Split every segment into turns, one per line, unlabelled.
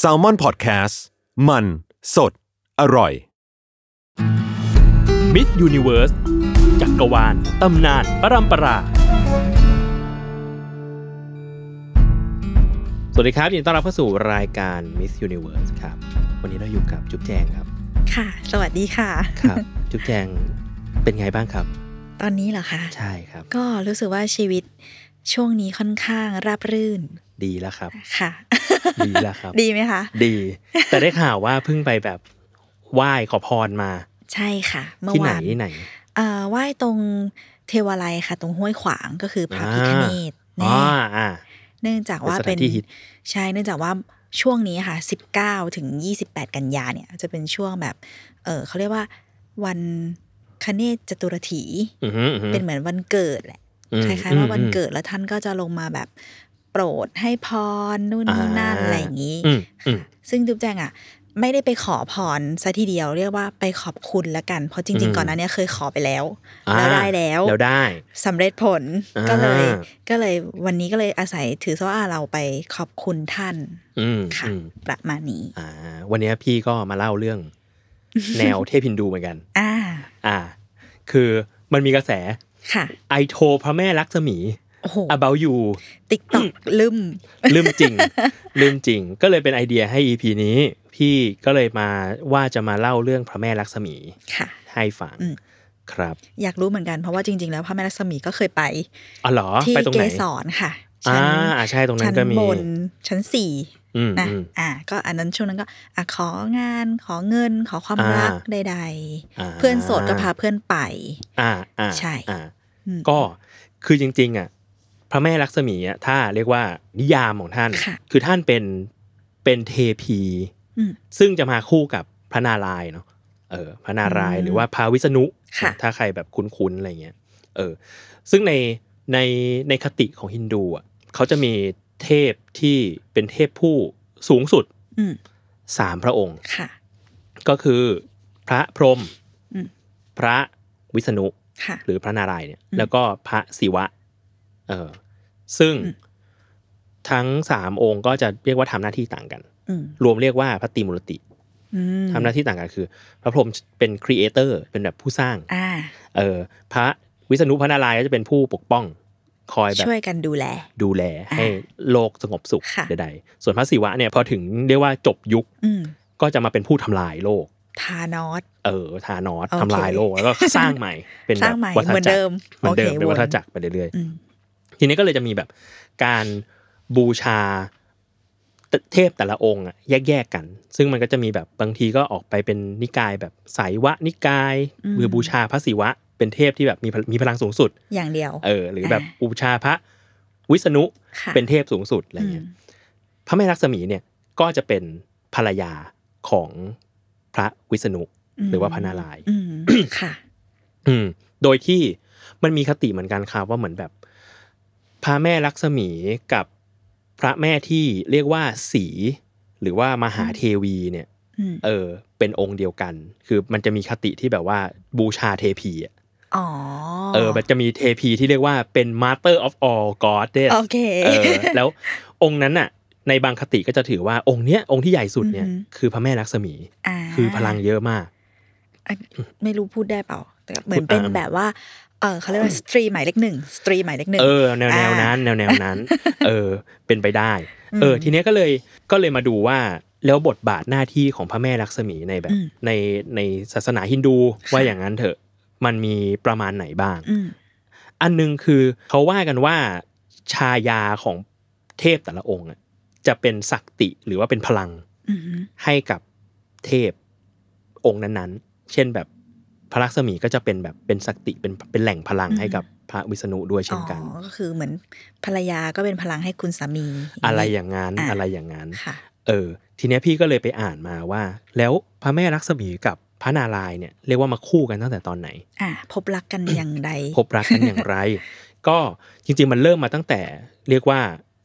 s a l ม o n PODCAST มัน สด อร่อย
มิสยูนิเวิร์สจักรวาล ตำนาน ปรัมปรา สวัสดีครับยินดีต้อนรับเข้าสู่รายการ Miss Universe ครับ วันนี้เราอยู่กับจุ๊บแจงครับ
ค่ะ สวัสดีค่ะ
ครับ จุ๊บแจงเป็นไงบ้างครับ
ตอนนี้เหรอคะ
ใช่ครับ
ก็รู้สึกว่าชีวิตช่วงนี้ค่อนข้างราบรื่น
ดีแล้ว ครับ
ค่ะ
ดีแล้วครับ
ดีไหมคะ
ดี แต่ได้ข่าวว่าเพิ่งไปแบบไหว้ขอพรมา
ใช่ค่ะ เมื่อ
ที่ไหน
วาน
ที่ไหน
เอ่อไหว้ตรงเทวาลัยค่ะ ตรงห้วยขวางก็คือพระ
อ่า
พิฆเนศ
อ๋อ
แน่
อ่า
เนื่องจากว่า
เป็
เป็น
สถาน
น
ที่ฮิต
ใช่เนื่องจากว่าช่วงนี้ค่ะ 19 ถึง 28 กันยาเนี่ย จะเป็นช่วงแบบ เออเขาเรียกว่าวันคเนศจตุรถี
อือหืออือหือ
เป็นเหมือนวันเกิดแหละ
อืม
คล้ายๆว่าวัน
อืม
เกิดแล้วท่านก็จะลงมาแบบโปรดให้พรนู่นนี่นั่น
อ่า
อะไรอย่างนี้
อืมอืม
ซึ่งจุ๊บแจงอ่ะ ไม่ได้ไปขอพรซะทีเดียวเรียกว่าไปขอบคุณละกัน เพราะจริ
อื
ง
ม
ๆ ก่อนหน้าเนี้เคยขอไปแล้ว
อ่า
แล้วได้แล้ว
แล้วได้
สำเร็จผล
อ่า
ก็เลยก็เลยวันนี้ก็เลยอาศัยถือซะว่าเราไปขอบคุณท่าน
อืม
ค่ะ
อืม
ประมาณนี้
อ่าวันเนี้ยพี่ก็มาเล่า เรื่อง แนวเทพฮินดูเหมือนกัน
อ่า
อ่า คือมันมีกระแส
ค่ะ
ไอโทรพระแม่ลักษมี
โอ้โห
about you
ติ๊กต็อกลืม
ลืม จริง ลืมจริง ก็เลยเป็นไอเดียให้ EP นี้ พี่ก็เลยมาว่าจะมาเล่าเรื่องพระแม่ลักษมี
ค่ะ
ให้ฟัง
อืม
ครับ
อยากรู้เหมือนกันเพราะว่าจริง ๆ แล้วพระแม่ลักษมีก็เคยไป
อ๋อเหรอ
ที่
ไปตรง
เก
ไหน
สรค่ะ
อ่า
ชั้น
อ่าใช่ตรงนั้
ชั้
น
น
ก็มี
บนชั้นสี่
อืม
นะ
อืม
อ่า ก็อันนั้นช่วงนั้นก็อ่ะของานขอเงินขอความรัก
อ่า
ใด
อ่า
ๆ เพื่อนโสดก็พาเพื่อนไป
อ่าอ่า
ใช่
อ่า
อืม
ก็คือจริง ๆ อ่ะ พระแม่ลักษมีอ่ะถ้าเรียกว่านิยามของท่าน
ค่ะ
คือท่านเป็นเป็นเทพี
อืม
ซึ่งจะมาคู่กับพระนารายณ์เนาะเออ พระนารายณ์
อืม
หรือว่าพระวิษณุ
ค่ะ
ถ้าใครแบบคุ้นๆอะไรเงี้ยเออ ซึ่งในในในคติของฮินดูอ่ะเขาจะมีเทพที่เป็นเทพผู้สูงสุด
อืม
สามพระองค์
ค่ะ
ก็คือพระพรหม
อืม
พระวิษณุ
ค่ะ
หรือพระนารายณ์เนี่ย
อืม
แล้วก็พระศิวะ เออซึ่ง
อืม
ทั้งสามองค์ก็จะเรียกว่าทำหน้าที่ต่างกัน
อืม
รวมเรียกว่าพระตรีมูรติ
อืม
ทำหน้าที่ต่างกันคือ พระพรหมเป็นครีเอเตอร์เป็นแบบผู้สร้าง
อ่า
เออพระวิษณุพระนารายณ์ก็จะเป็นผู้ปกป้อง คอยแบบ
ช่วยกันดูแล
ดูแลให้โลกสงบสุข
ค่ะ
ใดๆส่วนพระศิวะเนี่ยพอถึงเรียกว่าจบยุค
อืม
ก็จะมาเป็นผู้ทำลายโลก
ทานอส
เออทานอส
โอเค
ทำลายโลก แล้วก็สร้างใหม่เป็น
ส
แบ
ร้าง
บ
ใหม่
วัฏ
เหมือน
จักร
เดิม
เหมือนเดิม
โค
เป็นวัฏ
วน
จักรไปเรื่อย
อืม
ๆ ทีนี้ก็เลยจะมีแบบการบูชาเทพแต่ละองค์อะแยกๆกัน ซึ่งมันก็จะมีแบบบางทีก็ออกไปเป็นนิกายแบบไสยวะนิกายหรือบูชาพระศิวะ เป็นเทพที่แบบมีพลมีพลังสูงสุด
อย่างเดียว
เออ หรือแบบบูชาพระวิษณุ
ค่ะ
เป็นเทพสูงสุดอะไร
อืม
เงี้ยพระแม่ลักษมีเนี่ยก็จะเป็นภรรยาของพระวิษณุ หรือว่าพระนารายณ์
อืมค่ะ
อืมโดยที่มันมีคติเหมือนกันครับว่าเหมือนแบบ พระแม่ลักษมีกับพระแม่ที่เรียกว่าสี หรือว่ามหาเทวีเนี่ย
อืม
เออ เป็นองค์เดียวกัน คือมันจะมีคติที่แบบว่าบูชาเทพีอะ
อ๋อ
เออมันจะมีเทพีที่เรียกว่าเป็น Master of all Goddess
โอเค
เออแล้วองค์นั้นน่ะ ในบางคติก็จะถือว่าองค์เนี้ยองค์ที่ใหญ่สุดเนี่ย
อือหือ
คือพระแม่ลักษมี
า
คือพลังเยอะมาก
อ่ะไม่รู้พูดได้เปล่า แต่เหมื
พู
อน
ด
เป็น
อ่ะ
แบบว่า เออเขาเรียกว่าสตรีหมายเลขหนึ่งสตรีหมายเลขหนึ่ง
เออแนวแนว
อ่า
นั้นแนวแนวนั้น เออ เป็นไปได้ เออ
อืม
ทีเนี้ยก็เลยก็เลยมาดูว่าแล้วบทบาทหน้าที่ของพระแม่ลักษมีในแบบ
อืม
ในในศาสนาฮินดู
ค่ะ
ว่าอย่างนั้นเถอะมันมีประมาณไหนบ้าง
อืม
อันหนึงคือเขาว่ากันว่าชายาของเทพแต่ละองค์อะจะเป็นศักติหรือว่าเป็นพลัง
อืมฮึ
ให้กับเทพองค์นั้นๆ เช่นแบบพระลักษมีก็จะเป็นแบบเป็นศักติเป็นเป็นแหล่งพลังให้กับพระวิษณุด้วย
อ๋
เช่
อน
กัน
ก็คือเหมือนภรรยาก็เป็นพลังให้คุณสามี
อะไรอย่างงั้น
อ่ะ
อะไรอย่างงั้น
ค่ะ
เออ ทีเนี้ยพี่ก็เลยไปอ่านมาว่า แล้วพระแม่ลักษมีกับพระนารายณ์เนี่ยเรียกว่ามาคู่กันตั้งแต่ตอนไหน
อ่ะพบรัก กันอย่างใด
พบรักกันอย่างไร ก็จริงๆมันเริ่มมาตั้งแต่เรียกว่า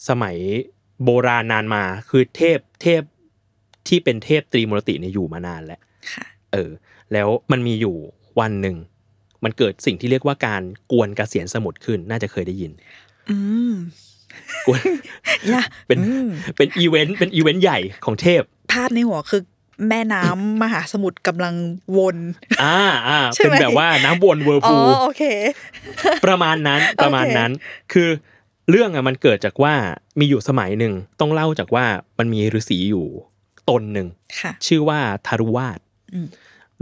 สมัยโบราณนานมาคือเทพเทพที่เป็นเทพตรีมูรติเนี่ยอยู่มานานแล้ว
ค่ะ
เออ แล้วมันมีอยู่วันหนึ่ง มันเกิดสิ่งที่เรียกว่าการกวนกเกษียณสมุทรขึ้นน่าจะเคยได้ยิน
อืม
กวน
ยะ
เป็น
อืม
เป็นอีเวนต์เป็นอีเวนต์ใหญ่ของเทพ
ภาพในหัวคือแม่น้ำมหาสมุทรกำลังวน
อ่าอ่า
ใช่
เป็น
ไหม
แบบว่าน้ำวนเวอร์
อ๋อ
พูล
โอเค
ประมาณ นั้นประมาณนั้น คือเรื่องอะมันเกิดจากว่ามีอยู่สมัยหนึ่งต้องเล่าจากว่ามันมีฤาษีอยู่ตนหนึ่ง
ค่ะ
ชื่อว่าทารุวาส
อืม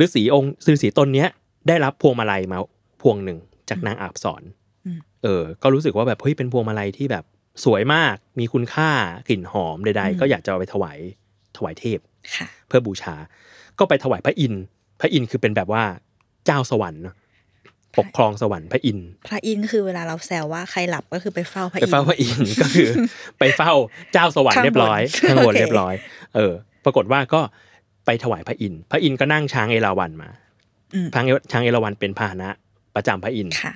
ฤาษีองค์ฤาษีตนเนี้ย ได้รับพวงมาลัยมาพวงหนึ่งจากนางอาบสอน
อืม
เออ ก็รู้สึกว่าแบบเฮ้ยเป็นพวงมาลัยที่แบบสวยมากมีคุณค่ากลิ่นหอมใดๆก็อยากจะเอาไปถวายถวายเทพ
ค่ะ
เพื่อบูชา ก็ไปถวายพระอินทร์พระอินทร์คือเป็นแบบว่าเจ้าสวรรค์เนอะปกครองสวรรค์พระอินทร์
พระอินทร์ก็คือเวลาเราแซวว่าใครหลับก็คือไปเฝ้าพระ
ไป
อินท
เฝ้า
ร์
พระอินทร์ ก็ คือไปเฝ้าเจ้าสวรรค์เรียบร้อย
ข้า
ข้างงน
บบ นโอเค
เรียบร้อย เออ ปรากฏว่าก็ไปถวายพระอินทร์พระอินทร์ก็นั่งช้างเอราวัณมา
อืม
พังช้างเอราวัณเป็นพาหนะประจำพระอินทร์
ค่ะ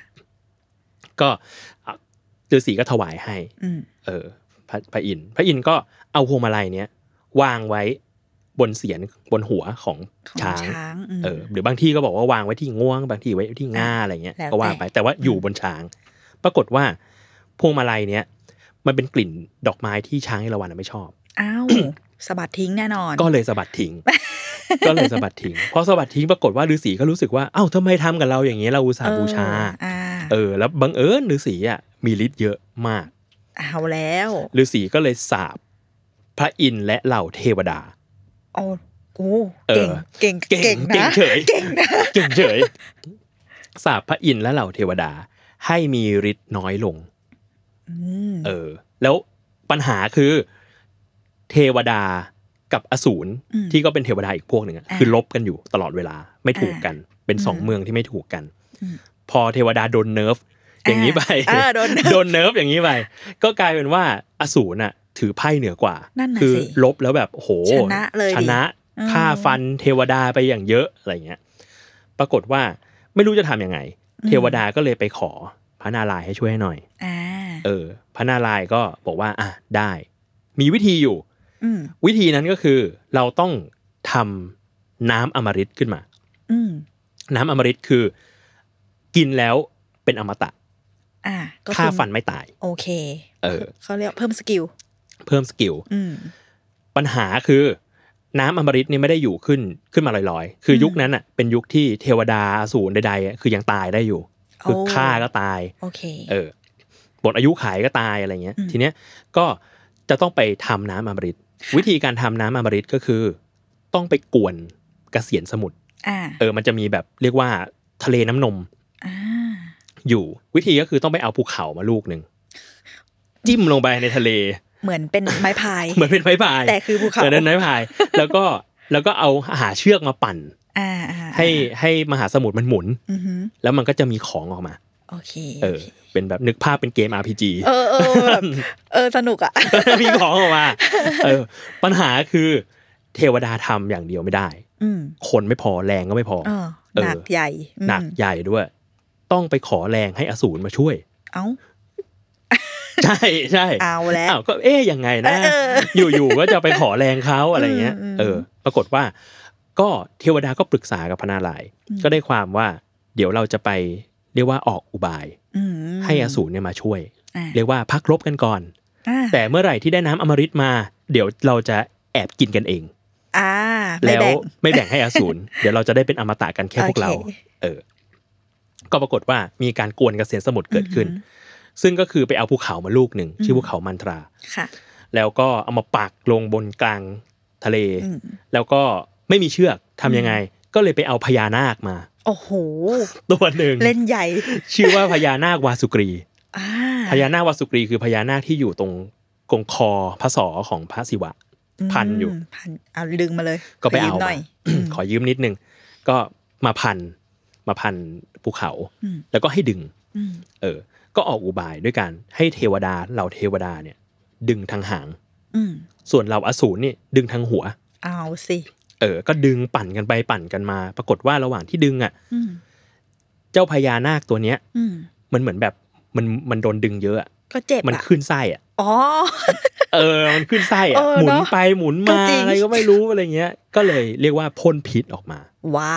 ก็อ่ะฤาษีก็ถวายให้
อืม
เออพระพระอินทร์พระอินทร์ก็เอาพวงมาลัยเนี้ยวางไว้บนเสียนบนหัวของ
ของ
ช้าง
ช้างอืม
เออหรือบางที่ก็บอกว่าวางไว้ที่ง่วงบางที่ไว้ที่ง่าอะไรเงี้ย
แล้วแต่
ก็ว่าไปแต่ว่าอยู่บนช้าง ปรากฏว่าพวงมาลัยเนี้ยมันเป็นกลิ่นดอกไม้ที่ช้างเอราวัณนะไม่ชอบ
อ้าวสะบัดทิ้งแน่นอน
ก็เลยสะบัดทิ้ง ก็เลยสะบัด ทิ้งพอสะบัดทิ้งปรากฏว่าฤาษีก็รู้สึกว่าเอ้าทำไมทำกับเราอย่างเงี้ยเราอุตส่าห์บูชา
เอออ่า
เออ แล้วบังเอิญฤาษีอ่ะมีฤทธิ์เยอะมาก
เอาแล้ว
ฤาษีก็เลยสาบพระอินทร์และเหล่าเทวดา
เอาโอ้
เอ
เก่ง
อ
เก่ง
เก่ง
เก่ง
เก่ง
นะ
เฉย
เก่งนะ
เก่งเฉยสาบพระอินทร์และเหล่าเทวดา ให้มีฤทธิ์น้อยลง
อืม
เออ แล้วปัญหาคือเทวดากับอสูร
ม
ที่ก็เป็นเทวดาอีกพวกหนึ่งอะ
อ่า
คือลบกันอยู่ตลอดเวลาไม่ถูกกัน เป็นสอง
อืม
เมืองที่ไม่ถูกกัน
อืม
พอเทวดาโดนเนิร์ฟอย่างนี้ไป
อ่าอ่าโดนเนิร์ฟ
โดนเนิร์ฟอย่างนี้ไปก็กลายเป็นว่าอสูรน่ะ ถือไพ่เหนือกว่า
นั่นน่ะ
คือ
สิ
ลบแล้วแบบโอ้โห
ชนะเลยดิ
ชนะ
อืม
ฆ่าฟันเทวดาไปอย่างเยอะอะไรเงี้ยปรากฏว่าไม่รู้จะทำยังไง เทวดาก็เลยไปขอพระนารายณ์ให้ช่วยให้หน่อย
อ่า
เออพระนารายณ์ก็บอกว่าอ่ะได้ มีวิธีอยู่
อืม
วิธีนั้นก็คือเราต้องทำน้ำอมฤตขึ้นมา
อืม
น้ำอมฤตคือ กินแล้วเป็นอมตะ
อ่าก็
ฆ่า
คือ
ฟันไม่ตาย
โอเค
เออ
เขาเรียกเพิ่มสกิล
เพิ่มสกิล
อืม
ปัญหาคือ น้ำอมฤตเนี่ยไม่ได้อยู่ขึ้นขึ้นมาลอยๆ คืออ
ม
ยุคนั้นอ่ะเป็นยุคที่เทวดาอสูรใดๆอ่ะคือยังตายได้อยู่ คือ
โอ้
ฆ่าก็ตาย
โอเค
เออหมดอายุขายก็ตายอะไรเงี้ย
อืม
ทีเนี้ยก็จะต้องไปทำน้ำอมฤตวิธีการทำน้ำอมฤตก็คือ ต้องไปกวนกระเสียนสมุทร
อ่า
เออ มันจะมีแบบเรียกว่าทะเลน้ำนม
อ่า
อยู่ วิธีก็คือต้องไปเอาภูเขามาลูกหนึ่งจิ้มลงไปในทะเล
เหมือน เป็นไม้พาย
เหมือนเป็นไม้พาย
แต่คือภูเขา
เหมือนเป็นไม้พาย แล้วก็แล้วก็เอาหาเชือกมาปั่น
อ่าอ่าอ่า
ให้ให้มหาสมุทรมันหมุน
อือหือ
แล้วมันก็จะมีของออกมา
โอเค
เออ เป็นแบบนึกภาพเป็นเกม RPG
เออเออแบบเออสนุกอ่ะ
มีของออกมา เออ ปัญหาคือเทวดาทำอย่างเดียวไม่ได้
อืม
คนไม่พอแรงก็ไม่พอ
เออ
เออ
หนักใหญ่อืม
หนักใหญ่ด้วย ต้องไปขอแรงให้อสูรมาช่วย
เอ้า
ใช่ใช่
เอาแล้ว
อ้าวก็เอ๊ยยังไงนะ
เออ
อยู่ๆก็จะไปขอแรงเขาอะไรเงี้ย
อืมอืม
เออ ปรากฏว่า ก็เทวดาก็ปรึกษากับพระนารายณ์
อืม
ก็ได้ความว่า เดี๋ยวเราจะไปเรียกว่าออกอุบาย
อืม
ให้อสูรเนี่ยมาช่วย
อ่า
เรียกว่าพักรบกันก่อน
อ่า
แต่เมื่อไหร่ที่ได้น้ำอมฤตมา เดี๋ยวเราจะแอบกินกันเอง
อ่าไม่
แล้ว
บ่ง
ไม่แบ่งให้อสูร เดี๋ยวเราจะได้เป็นอมตะกันแค่พวกเรา
โอเค
เออ ก็ปรากฏว่ามีการกวนกระเสียนสมุทรเกิดขึ้น
อือหื
ซึ่งก็คือไปเอาภูเขามาลูกหนึ่ง
อืม
ชื่อภูเขามันตรา
ค่ะ
แล้วก็เอามาปักลงบนกลางทะเล
อืม
แล้วก็ไม่มีเชือกทำยังไง ก็เลยไปเอาพญานาคมา
โอ้โห
ตัวหนึ่ง
เล่นใหญ่
ชื่อว่าพญานาควาสุกรี
อ่า
พญานาควาสุกรีคือพญานาคที่อยู่ตรงกรงคอพระศอของพระศิวะ พันอยู่
มพันเอาดึงมาเลย
ก็ไปเอา
ขยืมห
มา
น่อย
ขอยืมนิดนึง ก็มาพัน มาพันภูเขา
อืม
แล้วก็ให้ดึง
อืม
เออ ก็ออกอุบายด้วยการให้เทวดาเหล่าเทวดาเนี่ย ดึงทางหาง
อืม
ส่วนเหล่าอสูรเนี่ยดึงทางหัว
เอาสิ
เออ ก็ดึงปั่นกันไปปั่นกันมา ปรากฏว่าระหว่างที่ดึงอ่ะ
อืม
เจ้าพญานาคตัวเนี้ย
อืม
มันเหมือนแบบมันมันโดนดึงเยอะอะ
ก็เจ็บ
มัน
อะ
ขึ้นไส้อ่ะ
อ๋อ
เออ มันขึ้นไส้
เอ
อ่ะ
อ
หมุน
เนอะ
ไปหมุน
ก็
มา
จริง
อะไรก็ไม่รู้อะไรเงี้ย ก็เลยเรียกว่าพ่นพิษออกมา
ว้า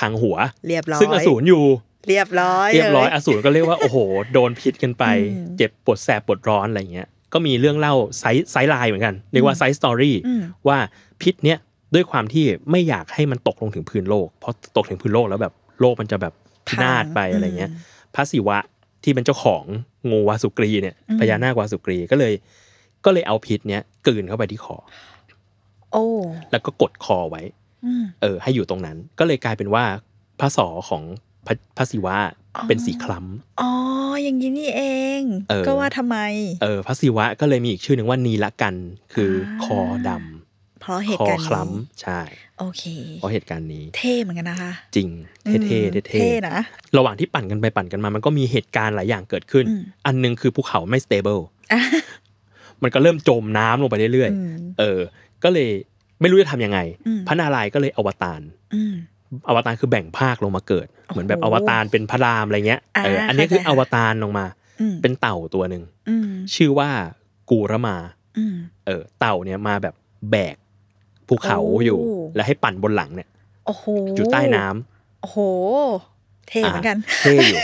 ทางหัว
เรียบร้อย
ซึ่งอสูรอยู่
เรียบร้อย
เรียบร้อย
ล
อสูรก็เรียกว่า โอ้โห โดนพิษกันไป
อืม
เจ็บปวดแสบปวดร้อนอะไรเงี้ย ก็มีเรื่องเล่าไซส์ไซส์ไลน์เหมือนกันเรียกว่าไซส์สตอรี่
อืม
ว่าพิษเนี้ยด้วยความที่ไม่อยากให้มันตกลงถึงพื้นโลก เพราะตกถึงพื้นโลกแล้วแบบโลกมันจะแบบพินาศไปอะไรเงี้ย พระศิวะที่เป็นเจ้าของงูวาสุกรีเนี่ย
อืม
พญานาควาสุกรีก็เลย ก็เลยเอาพิษเนี้ยกลืนเข้าไปที่คอ
โอ้
แล้วก็กดคอไว้
อืม
เออให้อยู่ตรงนั้น ก็เลยกลายเป็นว่าพระศอของพระพระศิวะ
อ๋อ
เป็นสีคล้
อ๋ออย่างนี้นี่เอง
เออ
ก็ว่าทำไม
ำเออพระศิวะก็เลยมีอีกชื่อหนึ่งว่านีละกัน คืออา คอดำ
เพราะเห
ค
ตุ
อ
การณ์
ค
นี้
ล้ำใช่
โอเค
เพราะเหตุการณ์นี้
เท่เหมือนกันนะคะ
จริง
อืม
เท่ๆเท่
นะ
ๆระหว่างที่ปั่นกันไปปั่นกันมา มันก็มีเหตุการณ์หลายอย่างเกิดขึ้น
อืม
อันหนึงคือภูเขาไม่สเตเบิลมันก็เริ่มจมน้ำลงไปเรื่อย
อืม
ๆเออ ก็เลยไม่รู้จะทำยังไง
อืม
พระนารายณ์ก็เลยอวตาร
อืม
อวตารคือแบ่งภาคลงมาเกิด เหมือนแบบ
โอ้
อ
โห
วตารเป็นพระรามอะไรเงี้ย
อ่า
เอออันนี้
เข้าใจ
คืออ
ค่ะ
วตารลงมา
อืม
เป็นเต่าตัวหนึ่ง
อืม
ชื่อว่ากูรมา
อืม
เออเต่าเนี่ยมาแบบแบกภูเขาอยู่
โอ้
แล้วให้ปั่นบนหลังเนี่ย
โอ้โห
อยู่ใต้น้ำ
โอ้โห เท่เหมือนกัน
เท่อยู่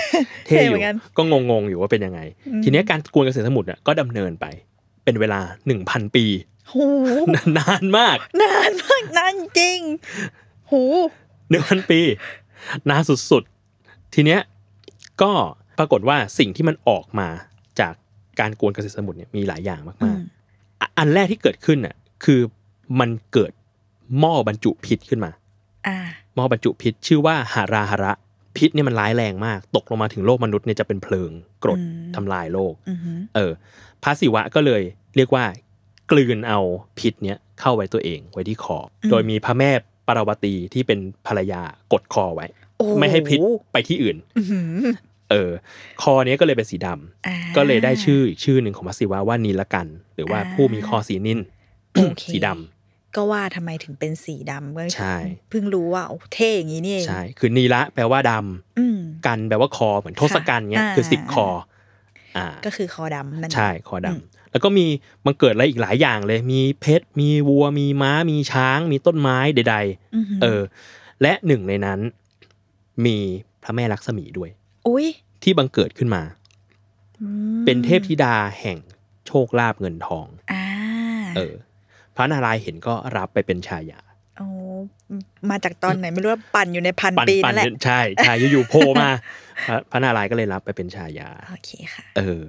เท่
เท่
อ
เหมื
ยู่
อนกัน
ก็งงๆอยู่ว่าเป็นยังไง
อืม
ทีเนี้ยการกวนเกษตรสมุทรเนี่ยก็ดำเนินไป เป็นเวลา 1,000 ปี
โห
นานมาก
นานมากนานจริง หู
1,000ปีนานสุดๆ ทีเนี้ยก็ปรากฏว่าสิ่งที่มันออกมาจากการกวนเกษตรสมุทรเนี่ยมีหลายอย่าง
อื
มาก
ม
ๆ อ่ะอันแรกที่เกิดขึ้นน่ะคือมันเกิดหม้อบรรจุพิษขึ้นมา
อ่า
หม้อบรรจุพิษชื่อว่าหาราหาระ พิษเนี่ยมันร้ายแรงมาก ตกลงมาถึงโลกมนุษย์เนี่ยจะเป็นเพลิงกรด
อืม
ทำลายโลก
อือหือ
เออพระศิวะก็เลยเรียกว่า กลืนเอาพิษเนี่ยเข้าไว้ตัวเองไว้ที่คออโดยมีพระแม่ปารวตีที่เป็นภรรยากดคอไว้
โอ้
ไม่ให้พิษไปที่อื่น
อื้อหือ
เออ คอเนี้ยก็เลยเป็นสีดำ
อ่า
ก็เลยได้ชื่ออีกชื่อหนึ่งของพระศิวะว่านีละกัน หรือว่า
อ่า
ผู้มีคอสีนิน
โอเค
สีดำ
ก็ว่าทำไมถึงเป็นสีดำก็
ใช่
เพิ่งรู้ว่าโอ้เท่อย่างนี้นี่เอง
ใช่ คือนีละแปลว่าดำ
อืม
กันแปลว่าคอ เหมือนทศกัณฐ์เงี้ย
ค่ะ
คือสิบ
อ่า
คอ อ่า
ก็คือคอดำนั่นเอง
ใช่ คอดำ
อืม
แล้วก็มีมันเกิดอะไรอีกหลายอย่างเลย มีเพชร มีวัว มีม้า มีช้าง มีต้นไม้ใด
อหื
ๆ เออ และหนึ่งในนั้น มีพระแม่ลักษมีด้วย
อุ้ย
ที่บังเกิดขึ้นมา
อืม
เป็นเทพธิดาแห่งโชคลาภเงินทอง
อ่า
เออ พระนารายณ์เห็นก็รับไปเป็นชายา
โอ้มาจากตอนไหนไม่รู้ว่าปั่นอยู่ในพัน
ปั่น
ปี
ปั่
นั่
น
นแหละ
ใช่ใช่อยู่ๆโผล่มา พระพระนารายณ์ก็เลยรับไปเป็นชายา
โอเคค่ะ
เออ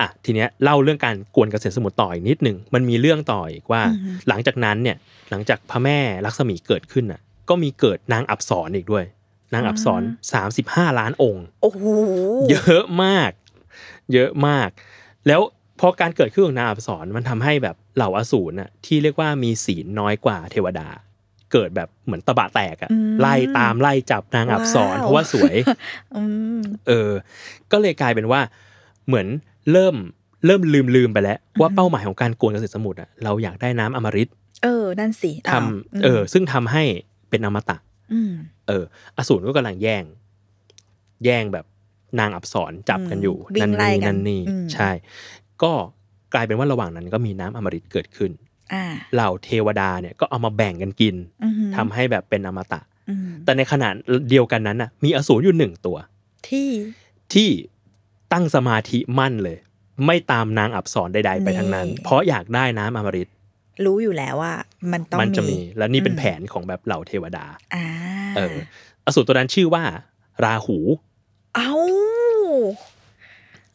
อ่ะ ทีเนี้ยเล่าเรื่องการกวนเกษตรสมุทรต่ออีกนิดหนึ่ง มันมีเรื่องต่ออีกว่า
อือฮึ
หลังจากนั้นเนี่ย หลังจากพระแม่ลักษมีเกิดขึ้นน่ะ ก็มีเกิดนางอับสรอีกด้วย นางอับสรสามสิบห้าล้านองค์
โอ้โห
เยอะมาก เยอะมาก แล้วพอการเกิดขึ้นของนางอับสรมันทำให้แบบเหล่าอสูรน่ะที่เรียกว่ามีศีลน้อยกว่าเทวดา เกิดแบบเหมือนตะบะแตกอะไล่ตามไล่จับนางอับสรเพราะว่าสวย
อืม
เออ ก็เลยกลายเป็นว่าเหมือนเริ่มเริ่มลืมลืมไปแล้ว ว่าเป้าหมายของการกวนเกษตรสมุทรอะเราอยากได้น้ำอมฤต
เออ นั่นสิ
ทำ
าว
เออ ซึ่งทำให้เป็นอมตะ
ม
เออ อสูรก็กำลังแย่ง แย่งแบบนางอับสรจับกันอยู่
วิ่งไล่
นี่
กัน
นั่นนี่
อืม
ใช่ ก็กลายเป็นว่าระหว่างนั้นก็มีน้ำอมฤตเกิดขึ้น
อ่า
เหล่าเทวดาเนี่ยก็เอามาแบ่งกันกิน
อือหือ
ทำให้แบบเป็นอมตะ
อืม
แต่ในขณะเดียวกันนั้นน่ะ มีอสูรอยู่หนึ่งตัว
ที่
ที่ตั้งสมาธิมั่นเลย ไม่ตามนางอับสรใด ๆ ไปทั้งนั้น เพราะอยากได้น้ำอมฤต
รู้อยู่แล้วว่า มันต้อง
มันจะมี และนี่เป็น
อืม
แผนของแบบเหล่าเทวดา
อ่า
เออ อสูรตัวนั้นชื่อว่า ราหู
เอ้า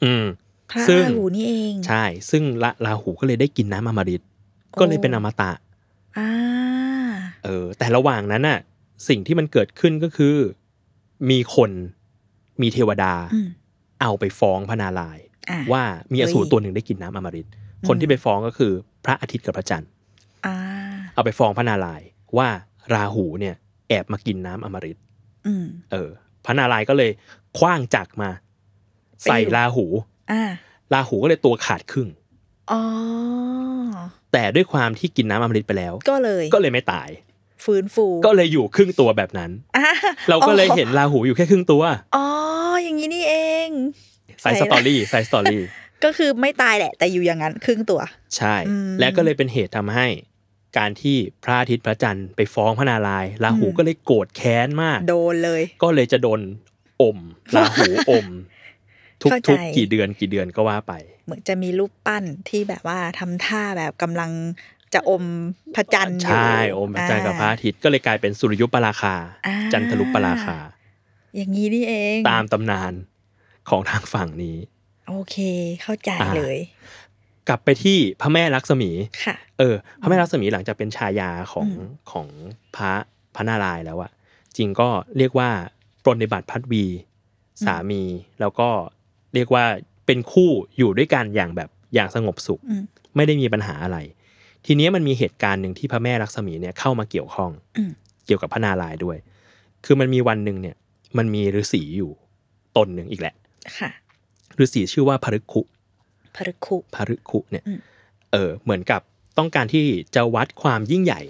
อืม
พระ
ซึ่ง
ราหูนี่เอง
ใช่ ซึ่งละราหูก็เลยได้กินน้ำอมฤตก็เลยเป็นอมตะ
อ่า
เออ แต่ระหว่างนั้นน่ะ สิ่งที่มันเกิดขึ้นก็คือ มีคนมีเทวดา
อืม
เอาไปฟ้องพระนารายณ์
อ่ะ
ว่ามีอสูร
เฮ้ย
ตัวหนึ่งได้กินน้ำอมฤตคนที่ไปฟ้องก็คือ พระอาทิตย์กับพระจันทร์
อ่า
เอาไปฟ้องพระนารายณ์ว่าราหูเนี่ยแอบมากินน้ำอมฤต
อืม
เออ พระนารายณ์ก็เลยคว้างจักรมา
ไปอยู่
ใส่ราหู
อ่า
ราหูก็เลยตัวขาดครึ่ง
อ๋อ
แต่ด้วยความที่กินน้ำอมฤตไปแล้ว
ก็เลย
ก็เลยไม่ตาย
ฟื้นฟู
ก็เลยอยู่ครึ่งตัวแบบนั้น
อ่ะ
เราก็เลยเห็นราหูอยู่แค่ครึ่งตัว
อ๋ออย่างนี้นี่เอง
ใส่สตอรี่ใส่สตอรี่
ก็คือไม่ตายแหละ แต่อยู่อย่างนั้นครึ่งตัว
ใช่
อืม
และก็เลยเป็นเหตุทำให้ การที่พระอาทิตย์พระจันทร์ไปฟ้องพระนารายณ์ราหู
อืม
ก็เลยโกรธแค้นมาก
โดนเลย
ก็เลยจะโดนอมราหูอม ทุก
เข้าใจ
ทุกกี่เดือนกี่เดือนก็ว่าไป
เหมือนจะมีรูปปั้นที่แบบว่าทำท่าแบบกำลังจะอมพระจันทร์อยู่
ใช่โอมพระจันทร์กับพระ
อ่า
อาทิตย์ก็เลยกลายเป็นสุริยุปราคา
อ่า
จันทรุปราคา
อย่างนี้นี่เอง
ตามตำนานของทางฝั่งนี้
โอเค เข้าใจ
อ่า
เลย
กลับไปที่พระแม่ลักษมี
ค่ะ
เออพระแม่ลักษมีหลังจากเป็นชายาของ
อืม
ของพระพระนารายณ์แล้วอะจริงก็เรียกว่าปรนนิบัติพัดวี สามี แล้วก็เรียกว่าเป็นคู่อยู่ด้วยกันอย่างแบบอย่างสงบสุข
อืม
ไม่ได้มีปัญหาอะไร ทีเนี้ยมันมีเหตุการณ์หนึ่งที่พระแม่ลักษมีเนี่ยเข้ามาเกี่ยวข้อง
อืม
เกี่ยวกับพระนารายณ์ด้วย คือมันมีวันหนึ่งเนี่ย มันมีฤาษีอยู่ตนหนึ่งอีกแหละ
ค่ะ
ฤาษีชื่อว่าพฤกขุ
พระคุ
พฤกขุเนี่ย
อืม
เออ เหมือนกับต้องการที่จะวัดความยิ่งใหญ่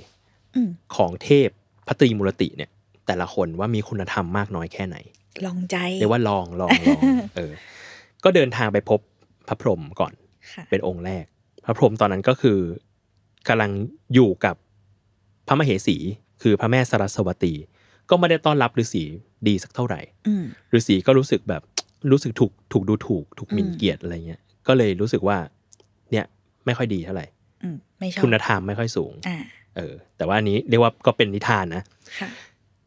อืม
ของเทพพระตรีมุรติเนี่ย แต่ละคนว่ามีคุณธรรมมากน้อยแค่ไหน
ลองใจ
เรียกว่าลองลองลอง เออ ก็เดินทางไปพบพระพรหมก่อน
ค่ะ
เป็นองค์แรก พระพรหมตอนนั้นก็คือกำลังอยู่กับพระมเหสี คือพระแม่สรสวตี ก็ไม่ได้ต้อนรับฤาษีดีสักเท่าไหร่
อืม
ฤาษีก็รู้สึกแบบ รู้สึกถูกถูกดูถูก ถูกหมิ่น
อืม
เกียรติอะไรเงี้ย ก็เลยรู้สึกว่า เนี่ยไม่ค่อยดีเท่าไหร่
อืมไม่ชอบ
คุณธรรมไม่ค่อยสูง
อ่า
เออ แต่ว่าอันนี้เรียกว่าก็เป็นนิทานนะ
ค่ะ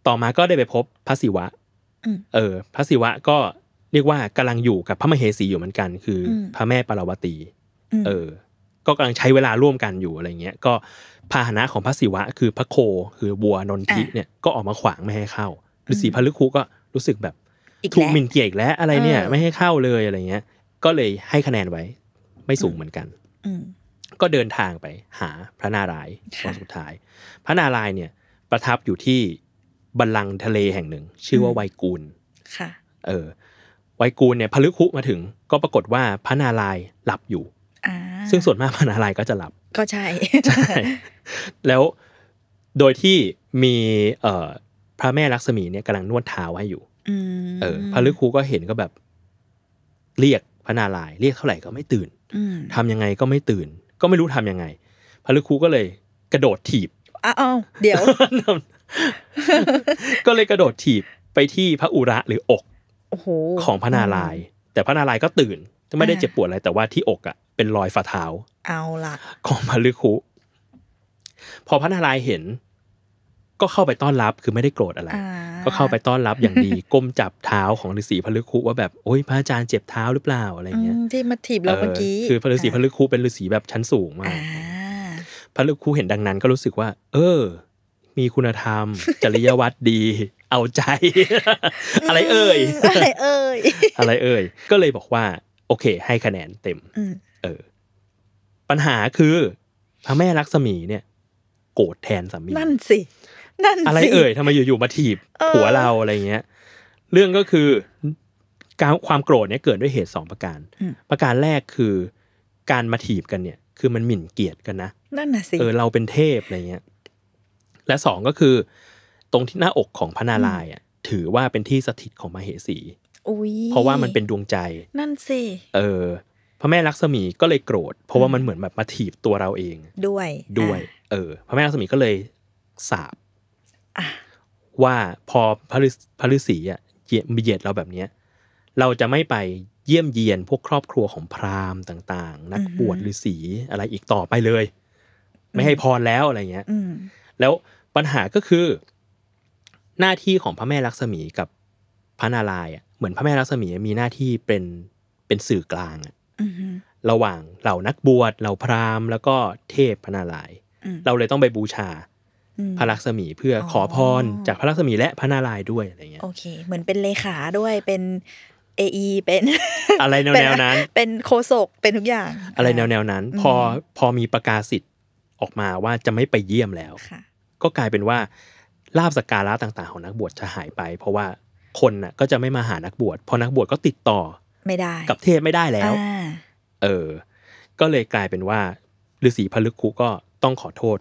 ต่อมาก็ได้ไปพบพระศิวะ
อืม
เออ พระศิวะก็เรียกว่ากำลังอยู่กับพระมเหสีอยู่เหมือนกัน คืออ
ม
พระแม่ปารวตี
ม
เออ ก็กำลังใช้เวลาร่วมกันอยู่อะไรเงี้ย ก็พาหนะของพระศิวะ คือพระโค คือบัวนนทิเนี่ย ก็ออกมาขวางไม่ให้เข้า ฤาษีพระลึกคุก็รู้สึกแบบ
อีก
ถูก
แล้ว
หมิ่นเกียรติอีกแล้วอะไรเนี่ย
เออ
ไม่ให้เข้าเลยอะไรเงี้ย ก็เลยให้คะแนนไว้ ไม่สูงเหมือนกัน
อืม
ก็เดินทางไปหาพระนารายณ์
ค่ะ
วันสุดท้าย พระนารายณ์เนี่ยประทับอยู่ที่บัลลังก์ทะเลแห่งหนึ่ง ชื่อว่า
อืม
ไวกูล
ค่ะ
เออไวกูลเนี่ยพลึกคุมาถึง ก็ปรากฏว่าพระนารายณ์หลับอยู่
อ่า
ซึ่งส่วนมากพระนารายณ์ก็จะหลับ
ก็ ใช่
ใช่แล้วโดยที่มีเอ่อพระแม่ลักษมีเนี่ยกำลังนวดเท้าให้อยู่
อืม
เออพระฤกคูก็เห็นก็แบบเรียกพระนารายณ์เรียกเท่าไหร่ก็ไม่ตื่น
อืม
ทำยังไงก็ไม่ตื่น ก็ไม่รู้ทำยังไงพระฤกคูก็เลยกระโดดถีบ
อ้าวอ้าวเดี๋ยว
ก็เลยกระโดดถีบไปที่พระอุระหรืออก
โอ้โห
ของพระนารายณ์แต่พระนารายณ์ก็ตื่นไม่ได้
อ่า
เจ็บปวดอะไรแต่ว่าที่อกอ่ะเป็นรอยฝ่าเท้า
เอาล่ะ
ของพระฤกคูพอพระนารายณ์เห็น ก็เข้าไปต้อนรับคือไม่ได้โกรธอะไร
อ่า
ก็เข้าไปต้อนรับอย่างดี ก้มจับเท้าของฤาษีพระฤกคุว่าแบบโอ้ยพระอาจารย์เจ็บเท้าหรือเปล่าอะไรเงี้ย
อืมที่มาถีบเราเมื่อกี้
คือพระฤาษีพระฤกคุเป็นฤาษีแบบชั้นสูงมาก
อ่า
พระฤกคุเห็นดังนั้นก็รู้สึกว่า เออ มีคุณธรรม จริยวัตรดี เอาใจ อะไรเอ่ย
อะไรเอ่ย
อะไรเอ่ย ก็เลยบอกว่า โอเค ให้คะแนนเต็ม
อืม
เออ ปัญหาคือพระแม่ลักษมีเนี่ย โกรธแทนสามี
นั่นสิ นั่น สิ
อะไรเอ่ยทำไมอยู่ๆมาถีบ
เออ
ผัวเราอะไรเงี้ย เรื่องก็คือการความโกรธเนี่ยเกิดด้วยเหตุสองประการ
อืม
ประการแรกคือการมาถีบกันเนี่ย คือมันหมิ่นเกียรติกันนะ
นั่นน่ะสิ
เออเราเป็นเทพอะไรเงี้ยและสองก็คือ ตรงที่หน้าอกของพระนารายณ์อ่ะถือว่าเป็นที่สถิตของมเหสี
อุ้ย
เพราะว่ามันเป็นดวงใจ
นั่นสิ
เออพระแม่ลักษมีก็เลยโกรธ เพราะว่า
อืม
มันเหมือนแบบมาถีบตัวเราเอง
ด้วย
ด้วย เออ พระแม่ลักษมีก็เลยสาป
อ่ะ
ว่าพอพระฤาพระฤาษีอ่ะเหยียดเหยียดเราแบบเนี้ยเราจะไม่ไปเยี่ยมเยียนพวกครอบครัวของพราหมณ์ต่างๆ นักบวชฤาษีอะไรอีกต่อไปเลย ไม่ให้พรแล้วอะไรเงี้ย
อืม
แล้วปัญหาก็คือ หน้าที่ของพระแม่ลักษมีกับพระนารายณ์อะเหมือนพระแม่ลักษมีมีหน้าที่เป็นเป็นสื่อกลางอะ
อืมอืม
ระหว่างเหล่านักบวชเหล่าพราหมณ์แล้วก็เทพพระนารายณ์
อืม
เราเลยต้องไปบูชา
อืม
พระลักษมีเพื่ออ
อ
ขอพรจากพระลักษมีและพระนารายณ์ด้วยอะไรเงี้ย
โอเค เหมือนเป็นเลขาด้วยเป็นเอีเป็น
อะไรแนวแนวนั้น
เป็นโคศกเป็นทุกอย่าง
อะไรแนวแนวนั้น
อืม
พอพอมีประกาศสิทธิ์ออกมาว่าจะไม่ไปเยี่ยมแล้ว
ค่ะ
ก็กลายเป็นว่าลาบสกการะต่างๆ ของนักบวชจะหายไป เพราะว่าคนน่ะก็จะไม่มาหานักบวชเพอนักบวชก็ติดต่อ
ไม่ได้
กับเทพไม่ได้แล้ว
อ่า
เออ ก็เลยกลายเป็นว่าฤาษีพระลึกคุก็ต้องขอโทษ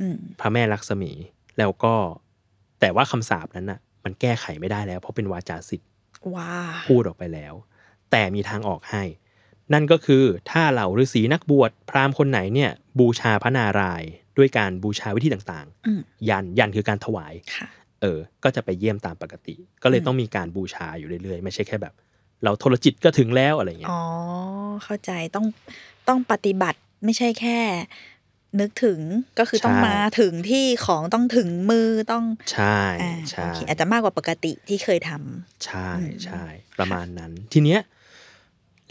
อืม
พระแม่ลักษมี แล้วก็แต่ว่าคำสาปนั้นน่ะ มันแก้ไขไม่ได้แล้ว เพราะเป็นวาจาสิทธิ์
ว้า
พูดออกไปแล้ว แต่มีทางออกให้ นั่นก็คือถ้าเหล่าฤาษีนักบวชพราหมณ์คนไหนเนี่ยบูชาพระนารายณ์ด้วยการบูชาวิธีต่าง
อืม
ๆ ยันยันคือการถวาย
ค่ะ
เออ ก็จะไปเยี่ยมตามปกติ ก็เลย
อืม
ต้องมีการบูชาอยู่เรื่อยๆ ไม่ใช่แค่แบบ เราโทรจิตก็ถึงแล้วอะไรเงี้ย
อ๋อ เข้าใจต้องต้องปฏิบัติไม่ใช่แค่ นึกถึงก็คือต้อง
ใช่
มาถึงที่ของต้องถึงมือต้อง
ใช่
อ่า
ใช่
โอเคอาจจะมากกว่าปกติที่เคยทำ
ใช่
อืม
ใช่ประมาณนั้น ทีเนี้ย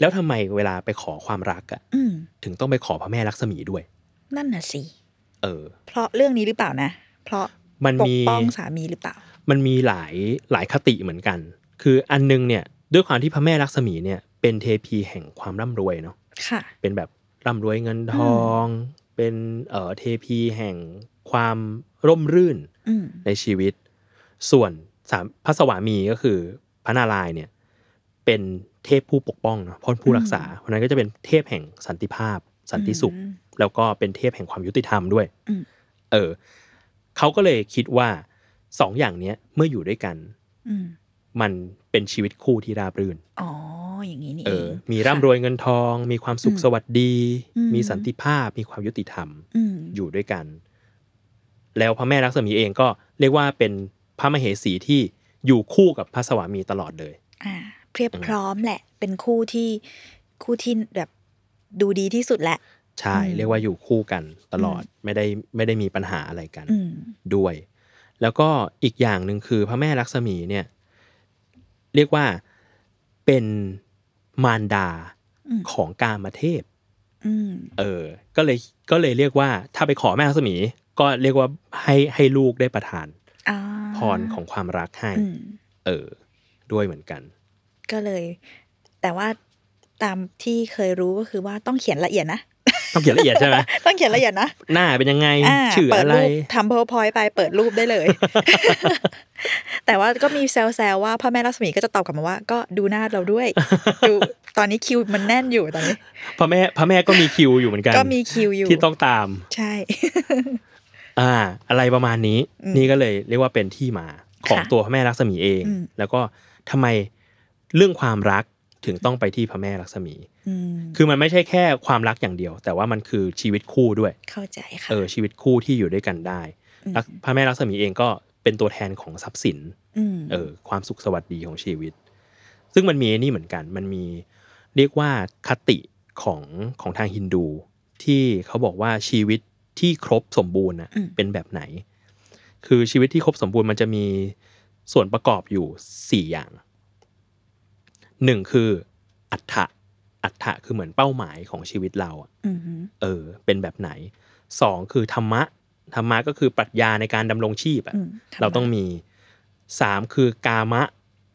แล้วทำไมเวลาไปขอความรักอะ
อืม
ถึงต้องไปขอพระแม่ลักษมีด้วย
นั่นน่ะสิ
เออ
เพราะเรื่องนี้หรือเปล่านะ เพราะ
มัน
ปก
มี
ป้องสามีหรือเปล่า
มันมีหลายหลายคติเหมือนกัน คืออันนึงเนี่ยด้วยความที่พระแม่ลักษมีเนี่ยเป็นเทพีแห่งความร่ำรวยเนาะ
ค่ะ
เป็นแบบร่ำรวยเงินทอง เป็นเอ่อเทพีแห่งความร่มรื่น
อืม
ในชีวิต ส่วนสามพระสวามีก็คือพระนารายณ์เนี่ยเป็นเทพผู้ปกป้องเนาะพ้นผู้รักษา เพราะฉะนั้นก็จะเป็นเทพแห่งสันติภาพ สันติสุข
อืม
แล้วก็เป็นเทพแห่งความยุติธรรมด้วย
อืม
เออเขาก็เลยคิดว่าสองอย่างเนี้ยเมื่ออยู่ด้วยกัน
อืม
มันเป็นชีวิตคู่ที่ราบรื่น
อ๋อ อย่างนี้นี่
เอ
เอ
อ
ง
มี
ค่ะ
ร่ำรวยเงินทอง มีความสุข
อืม
สวัสดี
อืม
มีสันติภาพ มีความยุติธรรม
อืม
อยู่ด้วยกัน แล้วพระแม่ลักษมีเองก็เรียกว่าเป็นพระมเหสีที่อยู่คู่กับพระสวามีตลอดเลย
อ่า เพียบพร้อมแหละ เป็นคู่ที่คู่ที่แบบดูดีที่สุดแหละ
ใช่
อืม
เรียกว่าอยู่คู่กันตลอด ไม่ได้ไม่ได้มีปัญหาอะไรกัน
อืม
ด้วย แล้วก็อีกอย่างหนึ่งคือพระแม่ลักษมีเนี่ย เรียกว่าเป็นมารดา
อืม
ของกามเทพ
อืม
เออ ก็เลย ก็เลยเรียกว่า ถ้าไปขอแม่ลักษมี ก็เรียกว่าให้ให้ลูกได้ประทาน
อ่า
พรของความรักให้
อืม
เออ ด้วยเหมือนกัน
ก็เลย แต่ว่าตามที่เคยรู้ก็คือว่าต้องเขียนละเอียดนะ
ต้องเขียนละเอียดใช่ไหม
ต้องเขียนละเอียดนะ
หน้าเป็นยังไง
อ่า
ชื่อ
เปิด
อะไร
รูปทำ powerpoint ไปเปิดรูปได้เลย แต่ว่าก็มีแซวๆว่าพ่อแม่รัศมีก็จะตอบกลับมาว่า ก็ดูหน้าเราด้วย ดูตอนนี้คิวมันแน่นอยู่ตอนนี้
พระแม่ พระแม่ก็มีคิวอยู่เหมือนกัน
ก็มีคิวอยู่
ที่ต้องตาม
ใช่
อ่า อะไรประมาณนี้
อืม
นี่ก็เลยเรียกว่าเป็นที่มาของ
ค่ะ
ตัวพระแม่ลักษมีเอง
อืม
แล้วก็ทำไมเรื่องความรักถึงต้องไปที่พระแม่ลักษมี
อืม
คือมันไม่ใช่แค่ความรักอย่างเดียว แต่ว่ามันคือชีวิตคู่ด้วย
เข้าใจค่ะ
เออชีวิตคู่ที่อยู่ด้วยกันได้
อืม
รักพระแม่รักษมีเองก็เป็นตัวแทนของทรัพย์สิน
ม
เออความสุขสวัสดีของชีวิต ซึ่งมันมีไอ้นี่เหมือนกัน มันมีเรียกว่าคติของของทางฮินดู ที่เขาบอกว่าชีวิตที่ครบสมบูรณ์น่ะเป็นแบบไหน คือชีวิตที่ครบสมบูรณ์มันจะมีส่วนประกอบอยู่สี่อย่างหนึ่งคืออัฏฐะอัฏฐะคือเหมือนเป้าหมายของชีวิตเราอะ
อืมฮึ
เออเป็นแบบไหนสองคือธรรมะ ธรรมะก็คือปรัชญาในการดำรงชีพอะ
อืมทำ
เราต้องมีสามคือกามะ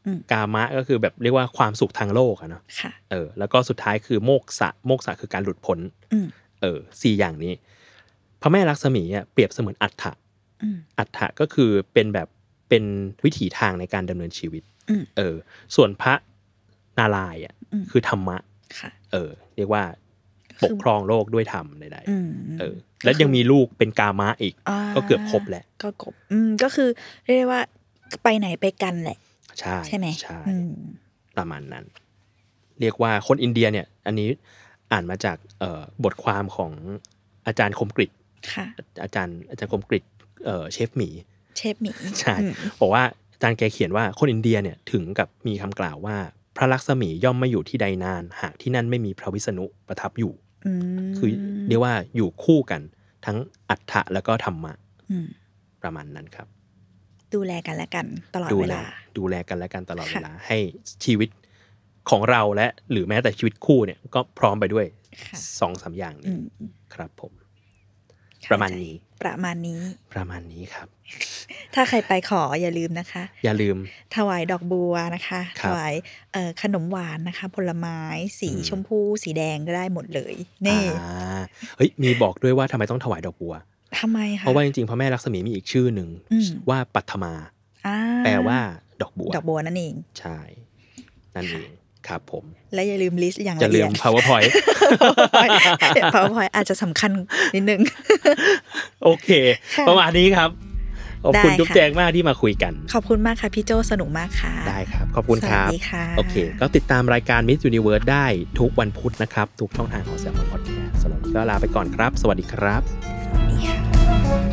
อืม
กามะก็คือแบบเรียกว่าความสุขทางโลกอะเนาะ
ค่ะ
เออแล้วก็สุดท้ายคือโมกษะโมกษะคือการหลุดพ้น
อืม
เออสี่อย่างนี้ พระแม่ลักษมีอะเปรียบเสมือนอัฏฐะ
อืม
อัฏฐะก็คือเป็นแบบเป็นวิถีทางในการดำเนินชีวิต
อืม
เออส่วนพระนารายณ์อะคือธรรมะ
ค่ะ
เออ เรียกว่าปกครองโลกด้วยธรรมใดๆ
อืม
เออแล้วยังมีลูกเป็นกามะอีก
อ่า
ก็เกือบครบแหละ
ก็กบอืมก็คือเรียกได้ว่าไปไหนไปกันแหละ
ใช่
ใช่ไหม
ใช่
อืม
ประมาณนั้น เรียกว่าคนอินเดียเนี่ย อันนี้อ่านมาจากเอ่อบทความของอาจารย์คมกริต
ค่ะ
อาจารย์อาจารย์คมกริตเอ่อเชฟหมี
เชฟหมี
ใช่
อืม
บอกว่าอาจารย์แกเขียนว่าคนอินเดียเนี่ยถึงกับมีคำกล่าวว่า พระลักษมีย่อมไม่อยู่ที่ใดนาน หากที่นั่นไม่มีพระวิษณุประทับอยู่
อืม
คือเรียกว่าอยู่คู่กันทั้งอัฏฐะแล้วก็ธรรมะ
อืม
ประมาณนั้นครับ
ดูแลกันและกันตลอด
ดู
เว
แล
ลา
ดูแลกันและกันตลอดเว
ค่ะ
ลาให้ชีวิตของเราและหรือแม้แต่ชีวิตคู่เนี่ยก็พร้อมไปด้วย
ค่ะ
สองสามอย่าง
อื
นี้
ม
ครับผม
เข้
ประมาณ
ใจ
นี้
ประมาณนี้
ประมาณนี้ครับ
ถ้าใครไปขออย่าลืมนะคะ
อย่าลืม
ถวายดอกบัวนะคะ
ค
ถ
รับ
วายเอ่อขนมหวานนะคะ ผลไม้สี
อืม
ชมพูสีแดงก็ได้หมดเลย นี่
อ่าเฮ้ยมีบอกด้วยว่าทำไมต้องถวายดอกบัว
ทำไม
เพ
คะ
ราะว่าจริงๆพระแม่ลักษมีมีอีกชื่อหนึ่ง
อืม
ว่าปัทมา
อ่า
แปลว่าดอกบัว
ดอกบัวนั่นเอง
ใช่นั่นเองครับผม
และอย่าลืมลิสต์อย่าง
อย่า
ละ
ลื
เอีย
ม
ด
powerpoint
PowerPoint อาจจะสำคัญนิดนึง
โอเค
ค่ะ
ประมาณนี้ครับขอบคุณ
ได้
จุ๊บ
ค่ะ
แจงมากที่มาคุยกัน
ขอบคุณมากค่ะพี่โจสนุกมากค่ะ
ได้ครับ ขอบคุณครับ
สวัสดีค่ะ
โอเค ก็ติดตามรายการ Miss Universe ได้ทุกวันพุธนะครับ ทุกช่องทางของ s ซ l m o n Podcast สำหรับวันนี้ก็ลาไปก่อนครับ สวัสดีครับ
สวัสดีค่ะ